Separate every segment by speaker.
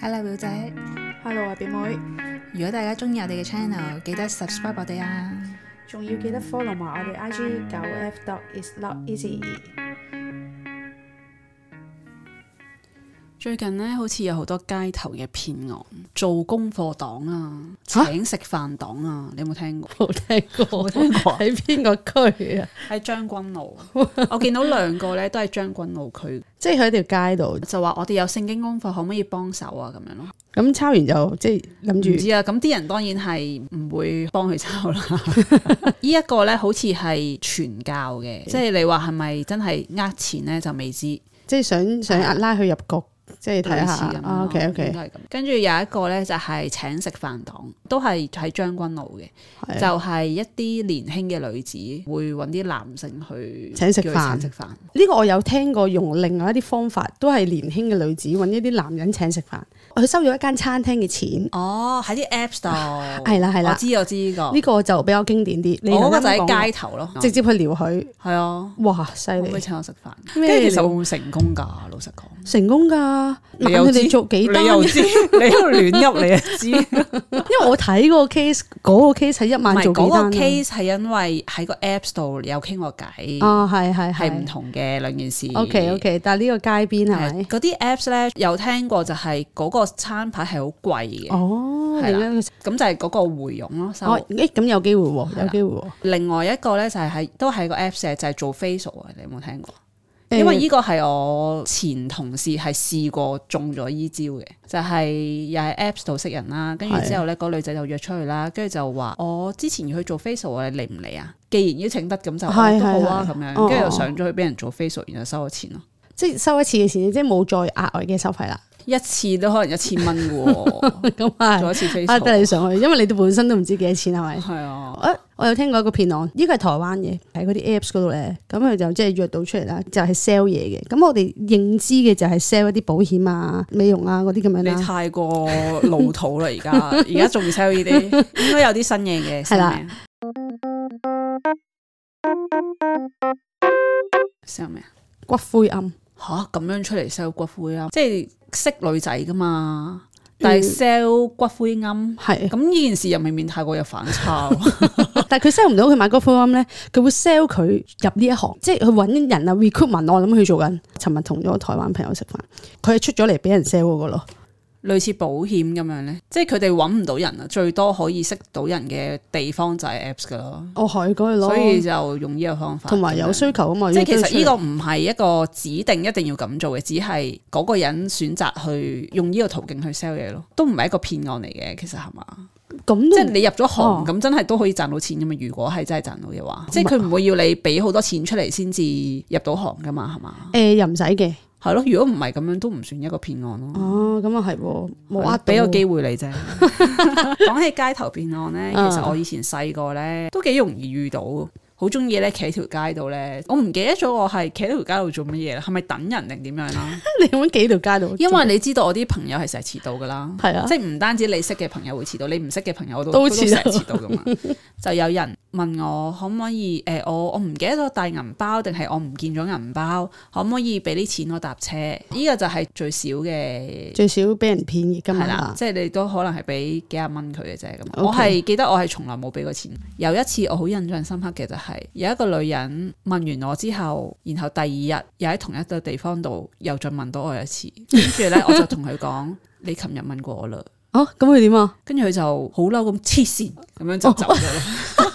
Speaker 1: Hello 表姐，
Speaker 2: Hello 啊，表妹，
Speaker 1: 如果大家中意我哋嘅 channel，記得 subscribe 我哋啊！
Speaker 2: 仲要記得 follow 埋我哋 IG 九 F dot is not easy。
Speaker 3: 最近咧，好似有好多街頭嘅騙案，做功課黨啊，
Speaker 4: 嚇
Speaker 3: 請食飯黨啊，你有冇聽過？
Speaker 4: 冇聽過，喺邊個區啊？
Speaker 3: 喺將軍 澳，我見到兩個咧都係將軍澳區，
Speaker 4: 即係喺條街度，
Speaker 3: 就話我哋有聖經功課，可唔可以幫手啊？咁樣咯，
Speaker 4: 咁抄完就即係諗
Speaker 3: 唔
Speaker 4: 住
Speaker 3: 知啊。咁啲人當然係唔會幫佢抄啦。 呢一個咧，好似係傳教
Speaker 4: 嗯
Speaker 3: 嘅，即係你話係咪真係呃錢咧就未知。
Speaker 4: 即係想想壓拉佢入局，即係睇
Speaker 3: 啊類
Speaker 4: 下
Speaker 3: 似咁樣咯。
Speaker 4: 啊 OK
Speaker 3: 應
Speaker 4: OK，
Speaker 3: 該係咁。跟住有一個咧就係請食飯堂，都係喺將軍澳嘅，就係啊一啲年輕嘅女子會揾啲男性去
Speaker 4: 請食
Speaker 3: 叫佢
Speaker 4: 飯
Speaker 3: 請食飯。
Speaker 4: 呢個我有聽過，用另外一啲方法，都係年輕嘅女子揾一啲男人請食飯，佢收咗一間餐廳嘅錢，
Speaker 3: 哦，喺啲 Apps 度係
Speaker 4: 係啦係
Speaker 3: 哦我
Speaker 4: 啦，
Speaker 3: 知我知呢個，
Speaker 4: 呢個就比較經典啲。你
Speaker 3: 我嗰個
Speaker 4: 啱啱
Speaker 3: 就
Speaker 4: 講
Speaker 3: 喺街頭咯，
Speaker 4: 直接去撩佢，
Speaker 3: 係啊。
Speaker 4: 哇犀
Speaker 3: 可唔可以
Speaker 4: 利，
Speaker 3: 請我食飯？跟
Speaker 4: 咩
Speaker 3: 住其實
Speaker 4: 料
Speaker 3: 會唔會成功㗎？老實講，
Speaker 4: 成功㗎，問
Speaker 3: 你又
Speaker 4: 佢哋
Speaker 3: 知
Speaker 4: 做幾單
Speaker 3: 你又 知，你喺度亂噏，你又 知。
Speaker 4: 因為我睇嗰個 case，嗰個 case 係一
Speaker 3: 唔
Speaker 4: 晚
Speaker 3: 係
Speaker 4: 做
Speaker 3: 嗰
Speaker 4: 幾
Speaker 3: 個
Speaker 4: 單啊
Speaker 3: case 係因為喺個 Apps 度有傾過偈。
Speaker 4: 啊，係係
Speaker 3: 哦係唔
Speaker 4: 係
Speaker 3: 同嘅兩件事。
Speaker 4: ，OK OK，但係呢個街邊係咪
Speaker 3: 係？啊嗰啲 Apps 咧，有聽過就係嗰個餐牌係好貴嘅，咁、
Speaker 4: 哦，
Speaker 3: 係啦
Speaker 4: 另一個
Speaker 3: 就係嗰個回佣咯收。
Speaker 4: 哦，誒咁有機會
Speaker 3: 係
Speaker 4: 喎，
Speaker 3: 啦
Speaker 4: 有機會喎。
Speaker 3: 另外一個咧就係喺都係個 Apps 嘅，就係做 facial 啊，你有冇聽過？
Speaker 4: 誒
Speaker 3: 因為呢個係我前同事係試過中咗依招嘅，就係、又係 Apps 度識人啦，跟住之後咧，嗰女仔就約出去啦，跟住就話我之前要去做 facial 啊，你嚟唔嚟啊？既然邀請得咁就
Speaker 4: 係
Speaker 3: 哦都好啊
Speaker 4: 係
Speaker 3: 咁
Speaker 4: 係
Speaker 3: 樣，
Speaker 4: 哦
Speaker 3: 跟住
Speaker 4: 哦
Speaker 3: 就上咗去俾人做 facial，然後收咗錢咯。
Speaker 4: 即係收一次嘅錢，即係冇再額外嘅 收費啦。
Speaker 3: 一次都可能一千蚊嘅 喎，
Speaker 4: 咁啊
Speaker 3: 做，一次 face
Speaker 4: 呃得你上去，因為你哋本身都唔知幾多錢係咪？
Speaker 3: 係啊，
Speaker 4: 誒，我有聽過一個騙案，呢個係台灣嘅，喺嗰啲 Apps 嗰度咧，咁佢就即係約到出嚟啦，就係 sell 嘢嘅。咁我哋認知嘅就係 sell 一啲保險啊、美容啊嗰啲咁樣
Speaker 3: 你
Speaker 4: 啦。
Speaker 3: 太過老土啦，而 家而家仲 sell 呢啲，應該有啲新嘢嘅，
Speaker 4: 係啦
Speaker 3: 啊新嘢，sell 咩啊？
Speaker 4: 骨灰暗，
Speaker 3: 吓咁樣出嚟 sell 骨灰啊，即嗯係識女仔噶嘛，但係 sell 骨灰庵，
Speaker 4: 係，
Speaker 3: 咁呢件事又未免太過有反差喎，
Speaker 4: 但係佢 sell 唔到，佢買骨灰暗咧，佢會 sell 佢入呢一行，即係佢揾人啊 recruitment，我諗佢做緊。尋日同咗台灣朋友食飯，佢係出咗嚟俾人 sell 嗰個咯。
Speaker 3: 類似保險咁樣咧，即係佢哋揾唔到人啊，最多可以識到人嘅地方就係 Apps 噶咯，
Speaker 4: 我哦係嗰咯，
Speaker 3: 所以就用呢個方法，
Speaker 4: 同埋有
Speaker 3: 咁樣
Speaker 4: 需求啊嘛。
Speaker 3: 即係
Speaker 4: 要
Speaker 3: 其
Speaker 4: 都要
Speaker 3: 實
Speaker 4: 出
Speaker 3: 呢個唔係一個指定一定要咁做嘅，只係嗰個人選擇去用呢個途徑去 sell 嘢咯，都唔係一個騙案嚟嘅，其實係嘛？
Speaker 4: 咁
Speaker 3: 即
Speaker 4: 都
Speaker 3: 係你入咗行
Speaker 4: 哦
Speaker 3: 咁，真係都可以賺到錢噶嘛？如果係真係賺到嘅話，即係佢唔會要你俾好多錢出嚟先至入到行噶嘛？係嘛？
Speaker 4: 誒、呃又唔使嘅。
Speaker 3: 係咯，如果唔係咁樣，都唔算一個騙案咯。
Speaker 4: 哦，咁啊係喎，冇
Speaker 3: 係咯
Speaker 4: 呃
Speaker 3: 俾個
Speaker 4: 到。
Speaker 3: 機會你 啫。講起街頭騙案咧，
Speaker 4: 嗯
Speaker 3: 其實我以前細個咧都幾容易遇到，好中意咧企喺條街度咧，我唔記得咗我係企喺條街度做乜嘢啦，係咪等人定點樣 啦？
Speaker 4: 你揾幾條街度？
Speaker 3: 因為你知道我啲朋友係成日遲到噶啦，
Speaker 4: 係啊
Speaker 3: 即係唔單止你識嘅朋友會遲到，你唔識嘅朋友我都
Speaker 4: 都
Speaker 3: 都成
Speaker 4: 遲
Speaker 3: 日
Speaker 4: 到
Speaker 3: 遲到噶嘛。 就有人問我可唔可以誒、我我唔記得咗帶銀包定係我唔見咗銀包，可唔可以俾啲錢我搭車？呢、個就係最少嘅。
Speaker 4: 最少俾人騙嘅金
Speaker 3: 係
Speaker 4: 額
Speaker 3: 啦
Speaker 4: 啦，。
Speaker 3: 即係你都可能係俾幾廿蚊佢嘅啫咁。
Speaker 4: 啊
Speaker 3: 啊
Speaker 4: OK
Speaker 3: 我係記得我係從來冇俾過錢。有一次我好印象深刻嘅就係、有一個女人問完我之後，然後第二日又喺同一個地方度又再問到我一次，跟住呢，我就同佢講：你琴日問過我啦。
Speaker 4: 哦，咁佢點啊？
Speaker 3: 跟住佢就好嬲咁黐線咁樣就走咗
Speaker 4: 哦
Speaker 3: 啦。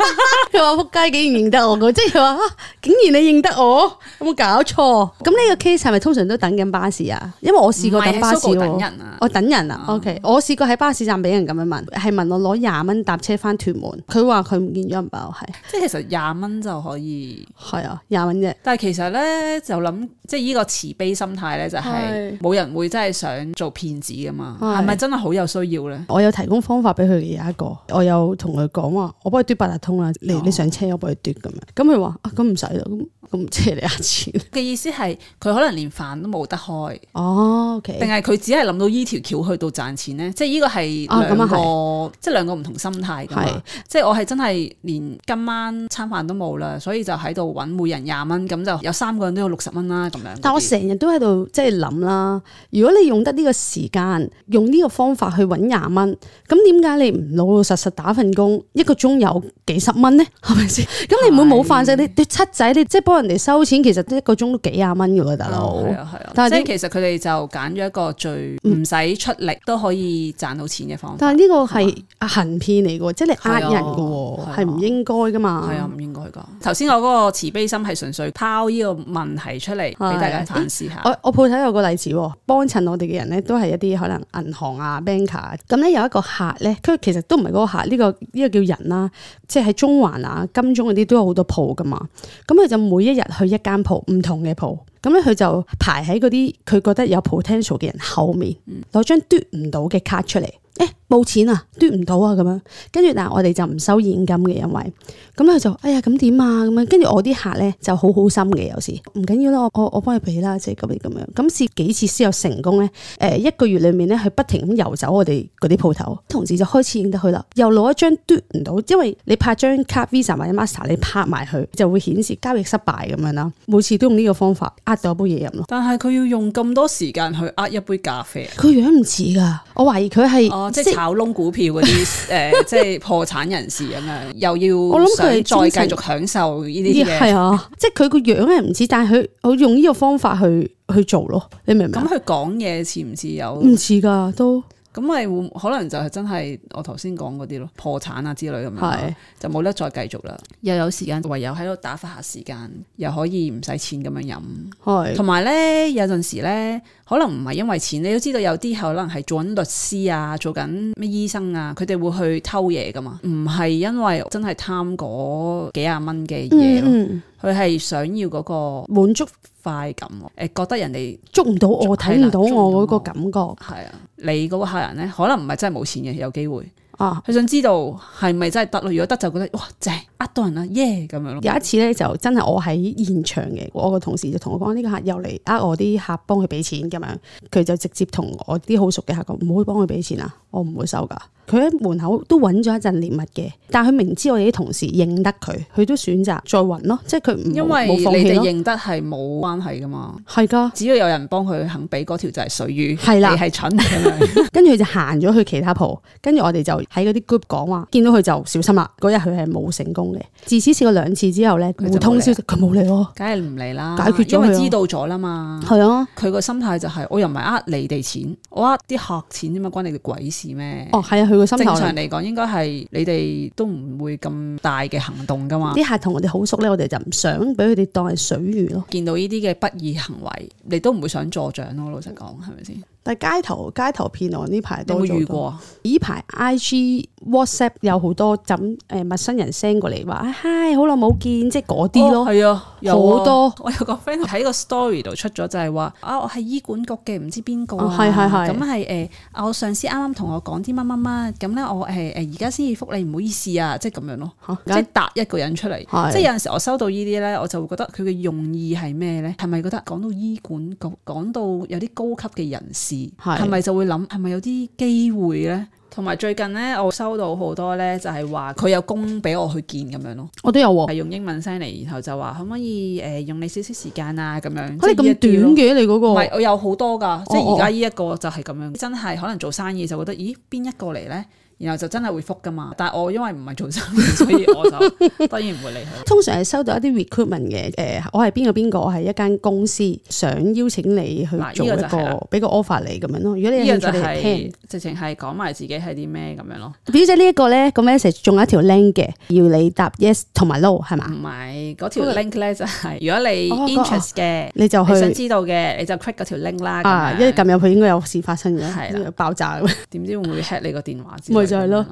Speaker 4: 佢話仆街竟然認得我㗎，即係佢話啊，竟然你認得我，有冇搞錯？咁呢個 case 係咪通常都等緊巴士啊？因為我試過
Speaker 3: 唔係
Speaker 4: 等巴士
Speaker 3: 喺 Sogo 等
Speaker 4: 喎。
Speaker 3: 人啊，
Speaker 4: 我等人啊
Speaker 3: 哦
Speaker 4: ，OK，我試過喺巴士站俾人咁樣問，係問我攞廿蚊搭車翻屯門，佢話佢唔見咗銀包，係
Speaker 3: 即係其實廿蚊就可以。
Speaker 4: 係啊，廿蚊啫，
Speaker 3: 但係其實咧就諗，即係呢個慈悲心態咧，就係
Speaker 4: 係
Speaker 3: 冇人會真係想做騙子噶嘛，
Speaker 4: 係
Speaker 3: 係咪真係好有需要咧？
Speaker 4: 我有提供方法俾佢嘅有一個，我有同佢講話，我幫佢嘟八達通啦，嚟你上車我幫佢嘟咁樣。咁佢話啊，咁唔使啦，咁咁借你下錢。
Speaker 3: 嘅意思係佢可能連飯都冇得開，
Speaker 4: 哦，OK，
Speaker 3: 定係佢只係諗到依條橋去到賺錢咧？即係呢個
Speaker 4: 啊
Speaker 3: 係
Speaker 4: 咁啊
Speaker 3: 兩個，即係兩個唔同心態㗎
Speaker 4: 係
Speaker 3: 嘛。即係我係真係連今晚餐飯都冇啦，所以就喺度揾每人廿蚊，咁就有三個人都要六十蚊啦咁樣嗰啲。
Speaker 4: 但我成日都喺度即係諗啦，如果你用得呢個時間，用呢個方法去揾廿蚊，咁點解你唔老老實實打份工，一個鐘有幾十蚊呢？ 係咪先？咁你唔會冇飯食，你你七仔你即係幫人哋收錢，其實一個鐘都幾廿蚊嘅喎，大佬。
Speaker 3: 係啊係啊，
Speaker 4: 但係
Speaker 3: 即係
Speaker 4: 點嗯
Speaker 3: 其實佢哋就揀咗一個最唔使出力都可以賺到錢嘅方法。
Speaker 4: 但係呢個係行騙嚟嘅喎，即係你呃人嘅
Speaker 3: 係
Speaker 4: 喎，
Speaker 3: 啊
Speaker 4: 係唔應該噶嘛。
Speaker 3: 係啊，唔應該噶。頭先我嗰個慈悲心係純粹拋呢個問題出嚟俾大家反思下。
Speaker 4: 我我鋪頭有個例子喎，幫襯我哋嘅人咧都係一啲可能銀行啊、banker 啊咁咧有一個客咧，佢其實都唔係嗰個客，呢、個呢、個叫人啦、即係喺中環啊、金鐘嗰啲都有好多鋪噶嘛。咁佢就每一日去一間鋪，唔同嘅鋪。咁咧佢就排喺嗰啲佢覺得有 potential 嘅人後面，攞張嘟唔到嘅卡出嚟。誒冇錢啊，嘟唔到啊咁樣，跟住但係我哋就唔收現金嘅，因為咁咧佢就哎呀咁點啊咁樣，跟住我啲客咧就好好心嘅，有時唔緊要啦，我我我幫你俾啦，即係咁樣咁樣，咁試幾次先有成功咧？誒、一個月裡面咧，佢不停咁游走我哋嗰啲鋪頭，同事就開始認得佢啦，又攞一張嘟唔到，因為你拍張卡 Visa 或者 Master，你拍埋佢就會顯示交易失敗咁樣啦，每次都用呢個方法呃到一杯嘢飲咯。
Speaker 3: 但係佢要用咁多時間去呃一杯咖啡啊。
Speaker 4: 佢樣唔似㗎，我懷疑佢係
Speaker 3: 哦，即係炒窿股票嗰 啲誒，即係破產人士咁樣，又
Speaker 4: 我
Speaker 3: 要
Speaker 4: 諗佢係
Speaker 3: 想再
Speaker 4: 精神
Speaker 3: 繼續享受呢啲嘢。
Speaker 4: 係啊，即係佢個樣係唔似，但係佢我用呢個方法去去做咯，你明唔明
Speaker 3: 咁
Speaker 4: 啊？
Speaker 3: 佢講嘢似唔似有？
Speaker 4: 唔似噶，都
Speaker 3: 咁咪會可能就係真係我頭先講嗰啲咯，破產啊之類咁樣咯
Speaker 4: 係，
Speaker 3: 就冇得再繼續啦。又有時間，唯有喺度打發下時間，又可以唔使錢咁樣飲。
Speaker 4: 係
Speaker 3: 同埋咧，有陣時咧，可能唔係因為錢，你都知道有啲可能係做緊律師啊，做緊咩醫生啊，佢哋會去偷嘢噶嘛，唔係因為真係貪嗰幾廿蚊嘅嘢咯，
Speaker 4: 嗯嗯，
Speaker 3: 佢係、想要嗰個
Speaker 4: 滿足
Speaker 3: 快感喎，誒、覺得人哋
Speaker 4: 捉唔到我，睇唔到我嗰個感覺
Speaker 3: 係啊，你嗰個客人咧，可能唔係真係冇錢嘅，有機會。
Speaker 4: 啊！
Speaker 3: 佢想知道係咪真係得咯？如果得就覺得哇正，呃到人啦耶咁樣咯。
Speaker 4: 有一次咧，就真係我喺現場嘅，我個同事就同我講：呢、個客又嚟呃我啲客幫佢俾錢咁樣，佢就直接同我啲好熟嘅客講：唔好幫佢俾錢啊，我唔會收噶。佢喺門口都揾咗一陣獵物嘅，但係佢明知我哋啲同事認得佢，佢都選擇再揾咯，即係佢唔
Speaker 3: 因為
Speaker 4: 冇
Speaker 3: 你
Speaker 4: 放棄
Speaker 3: 哋
Speaker 4: 咯，
Speaker 3: 認得係冇關係噶嘛，
Speaker 4: 係噶。
Speaker 3: 只要有人幫佢肯俾嗰條就係水魚，
Speaker 4: 係啦
Speaker 3: 你係蠢咁樣。
Speaker 4: 跟住佢就行咗去其他鋪，跟住我哋就喺嗰啲 group 講話，見到佢就小心啦。嗰日佢係冇成功嘅，自此試過兩次之後咧，
Speaker 3: 就冇
Speaker 4: 互通消息，佢冇理咯。
Speaker 3: 梗係唔嚟啦，
Speaker 4: 解決咗
Speaker 3: 因
Speaker 4: 佢啊
Speaker 3: 為
Speaker 4: 咯
Speaker 3: 知道咗啦嘛。
Speaker 4: 係啊，
Speaker 3: 佢個心態就係、我又唔係呃你哋錢，我呃啲客錢啫嘛，關你哋鬼事咩？
Speaker 4: 哦係啊，佢個心
Speaker 3: 正
Speaker 4: 頭
Speaker 3: 常嚟講應該係你哋都唔會咁大嘅行動噶嘛。
Speaker 4: 啲客同我哋好熟咧，我哋就唔想俾佢哋當係水魚咯。
Speaker 3: 見到呢啲嘅不義行為，你都唔會想助長咯。老實講，係咪先？你
Speaker 4: 但係街頭街頭騙案呢排
Speaker 3: 有
Speaker 4: 多
Speaker 3: 冇
Speaker 4: 咗好
Speaker 3: 遇
Speaker 4: 多
Speaker 3: 過啊？
Speaker 4: 呢排 IG WhatsApp 有好多咁誒陌生人 send 過嚟話啊嗨好耐冇見，即係嗰啲
Speaker 3: 哦
Speaker 4: 咯。
Speaker 3: 係啊，有啊
Speaker 4: 好多
Speaker 3: 我有個 friend 喺個 story 度出咗就係話啊，我係醫管局嘅，唔知邊個
Speaker 4: 哦
Speaker 3: 啊，
Speaker 4: 係係係
Speaker 3: 咁係誒，啊我上司啱啱同我講啲乜乜乜，咁咧我誒誒而家先至覆你，唔好意思啊，即係咁樣咯，
Speaker 4: 嚇
Speaker 3: 即係答一個人出嚟，
Speaker 4: 係
Speaker 3: 即係有陣時我收到呢啲咧，我就會覺得佢嘅用意係咩咧？係咪覺得講到醫管局，講到有啲高級嘅人士，
Speaker 4: 係
Speaker 3: 係咪就會諗係咪有啲機會咧？同埋最近咧，我收到好多咧，就係話佢有工俾我去見咁樣咯。
Speaker 4: 我都有喎
Speaker 3: 係。用英文 send 嚟，然後就話可唔可以誒、呃用你少少時間啊咁樣。
Speaker 4: 哦嚇你
Speaker 3: 即
Speaker 4: 咁
Speaker 3: 係呢一
Speaker 4: 短
Speaker 3: 啲咯？
Speaker 4: 嘅你嗰
Speaker 3: 唔
Speaker 4: 個
Speaker 3: 係，我有好多㗎，即
Speaker 4: 哦哦
Speaker 3: 係而家呢一個就係咁樣，真係可能做生意就覺得，咦邊一個嚟咧？然後就真係會覆㗎嘛。但係我因為唔係做生意，所以我 就當然唔會理佢。
Speaker 4: 通常係收到一啲 recruitment 嘅，誒、呃我係邊個邊個，我係一間公司想邀請你去
Speaker 3: 嗱
Speaker 4: 做一
Speaker 3: 呢個就係啦
Speaker 4: 個，俾個 offer 你咁樣咯。如果你
Speaker 3: 呢
Speaker 4: 有
Speaker 3: 樣
Speaker 4: 興
Speaker 3: 就
Speaker 4: 趣，你嚟
Speaker 3: 係
Speaker 4: 聽。
Speaker 3: 直情係講埋自己係啲咩咁樣咯，
Speaker 4: 表姐呢一個咧個 message 仲有一條 link 嘅，要你答 yes 同埋 no 係
Speaker 3: 唔
Speaker 4: 嘛？
Speaker 3: 係嗰條
Speaker 4: 嗰個
Speaker 3: link 咧就係、如果你
Speaker 4: 哦嗰個
Speaker 3: interest 嘅，
Speaker 4: 你就
Speaker 3: 你想
Speaker 4: 去
Speaker 3: 知道嘅，你就 click 嗰條 link 啦。
Speaker 4: 啊，
Speaker 3: 咁
Speaker 4: 一
Speaker 3: 樣
Speaker 4: 撳入去應該有事發生
Speaker 3: 係啦
Speaker 4: 嘅，爆炸咁。
Speaker 3: 點知會唔會 hack 你個電話之類咁樣啦？啊
Speaker 4: 咪就係咯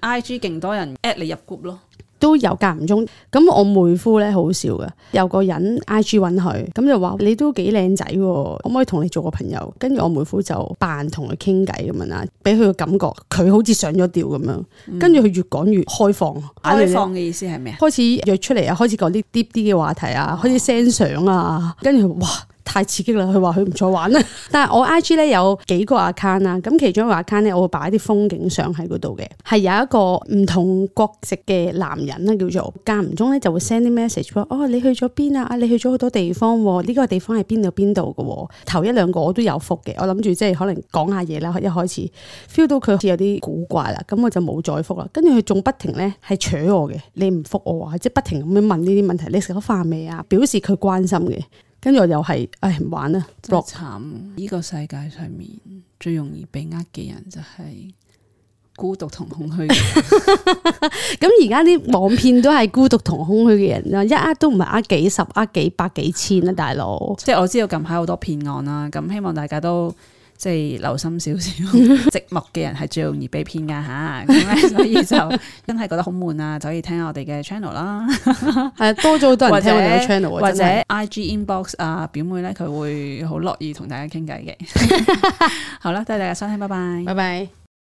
Speaker 3: ，IG 勁多人 at 你入 group 咯。
Speaker 4: 都有間唔中。咁我妹夫咧好笑嘅，有個人 I G 揾佢，咁就話你都幾靚仔喎，可唔可以同你做個朋友？跟住我妹夫就扮同佢傾偈咁樣啦，俾佢個感覺佢好似上咗吊咁樣，跟住佢越講越開放，
Speaker 3: 開放嘅意思係咩啊？哦
Speaker 4: 開始約出嚟啊，開始講啲 deep 啲嘅話題啊，開始 send 相啊，跟住佢哇！太刺激啦！佢話佢唔再玩啦。 但係我 I G 咧有幾個 account 啦，咁其中一個 account 咧，我會擺啲風景相喺嗰度嘅，係有一個唔同國籍嘅男人啦，叫做間唔中咧就會 send 啲 message 話哦，你去咗邊啊？啊，你去咗好多地方喎、呢、個地方係邊度邊度嘅喎。頭一兩個我都有覆嘅，我諗住即係可能講下嘢啦，一開始 feel 到佢好似有啲古怪啦，咁我就冇再覆啦。跟住佢仲不停咧係扯我嘅，你唔覆我啊，即係不停咁樣問呢啲問題，你食咗飯未啊？表示佢關心嘅。跟住我又係，唉唔玩啦
Speaker 3: 真係
Speaker 4: ，block
Speaker 3: 慘！呢個世界上面最容易被呃嘅人就係孤獨同空 虛嘅人。
Speaker 4: 咁而家啲網騙都係孤獨同空虛嘅人啦，一呃都唔係呃幾十，呃幾百幾千啦，大佬。
Speaker 3: 即係我知道近排好多騙案啦，咁希望大家都即係留心 少少，寂寞嘅人係最容易被騙噶吓，咁咧所以就真係覺得好悶啊，就可以聽下我哋嘅 channel 啦，
Speaker 4: 係啊多咗好多人聽我哋嘅 channel
Speaker 3: 或
Speaker 4: 啊，
Speaker 3: 者
Speaker 4: 真係
Speaker 3: IG inbox 啊，表妹咧 佢會好樂意同大家傾偈嘅。好啦，多謝大家收聽，拜拜。
Speaker 4: 拜拜。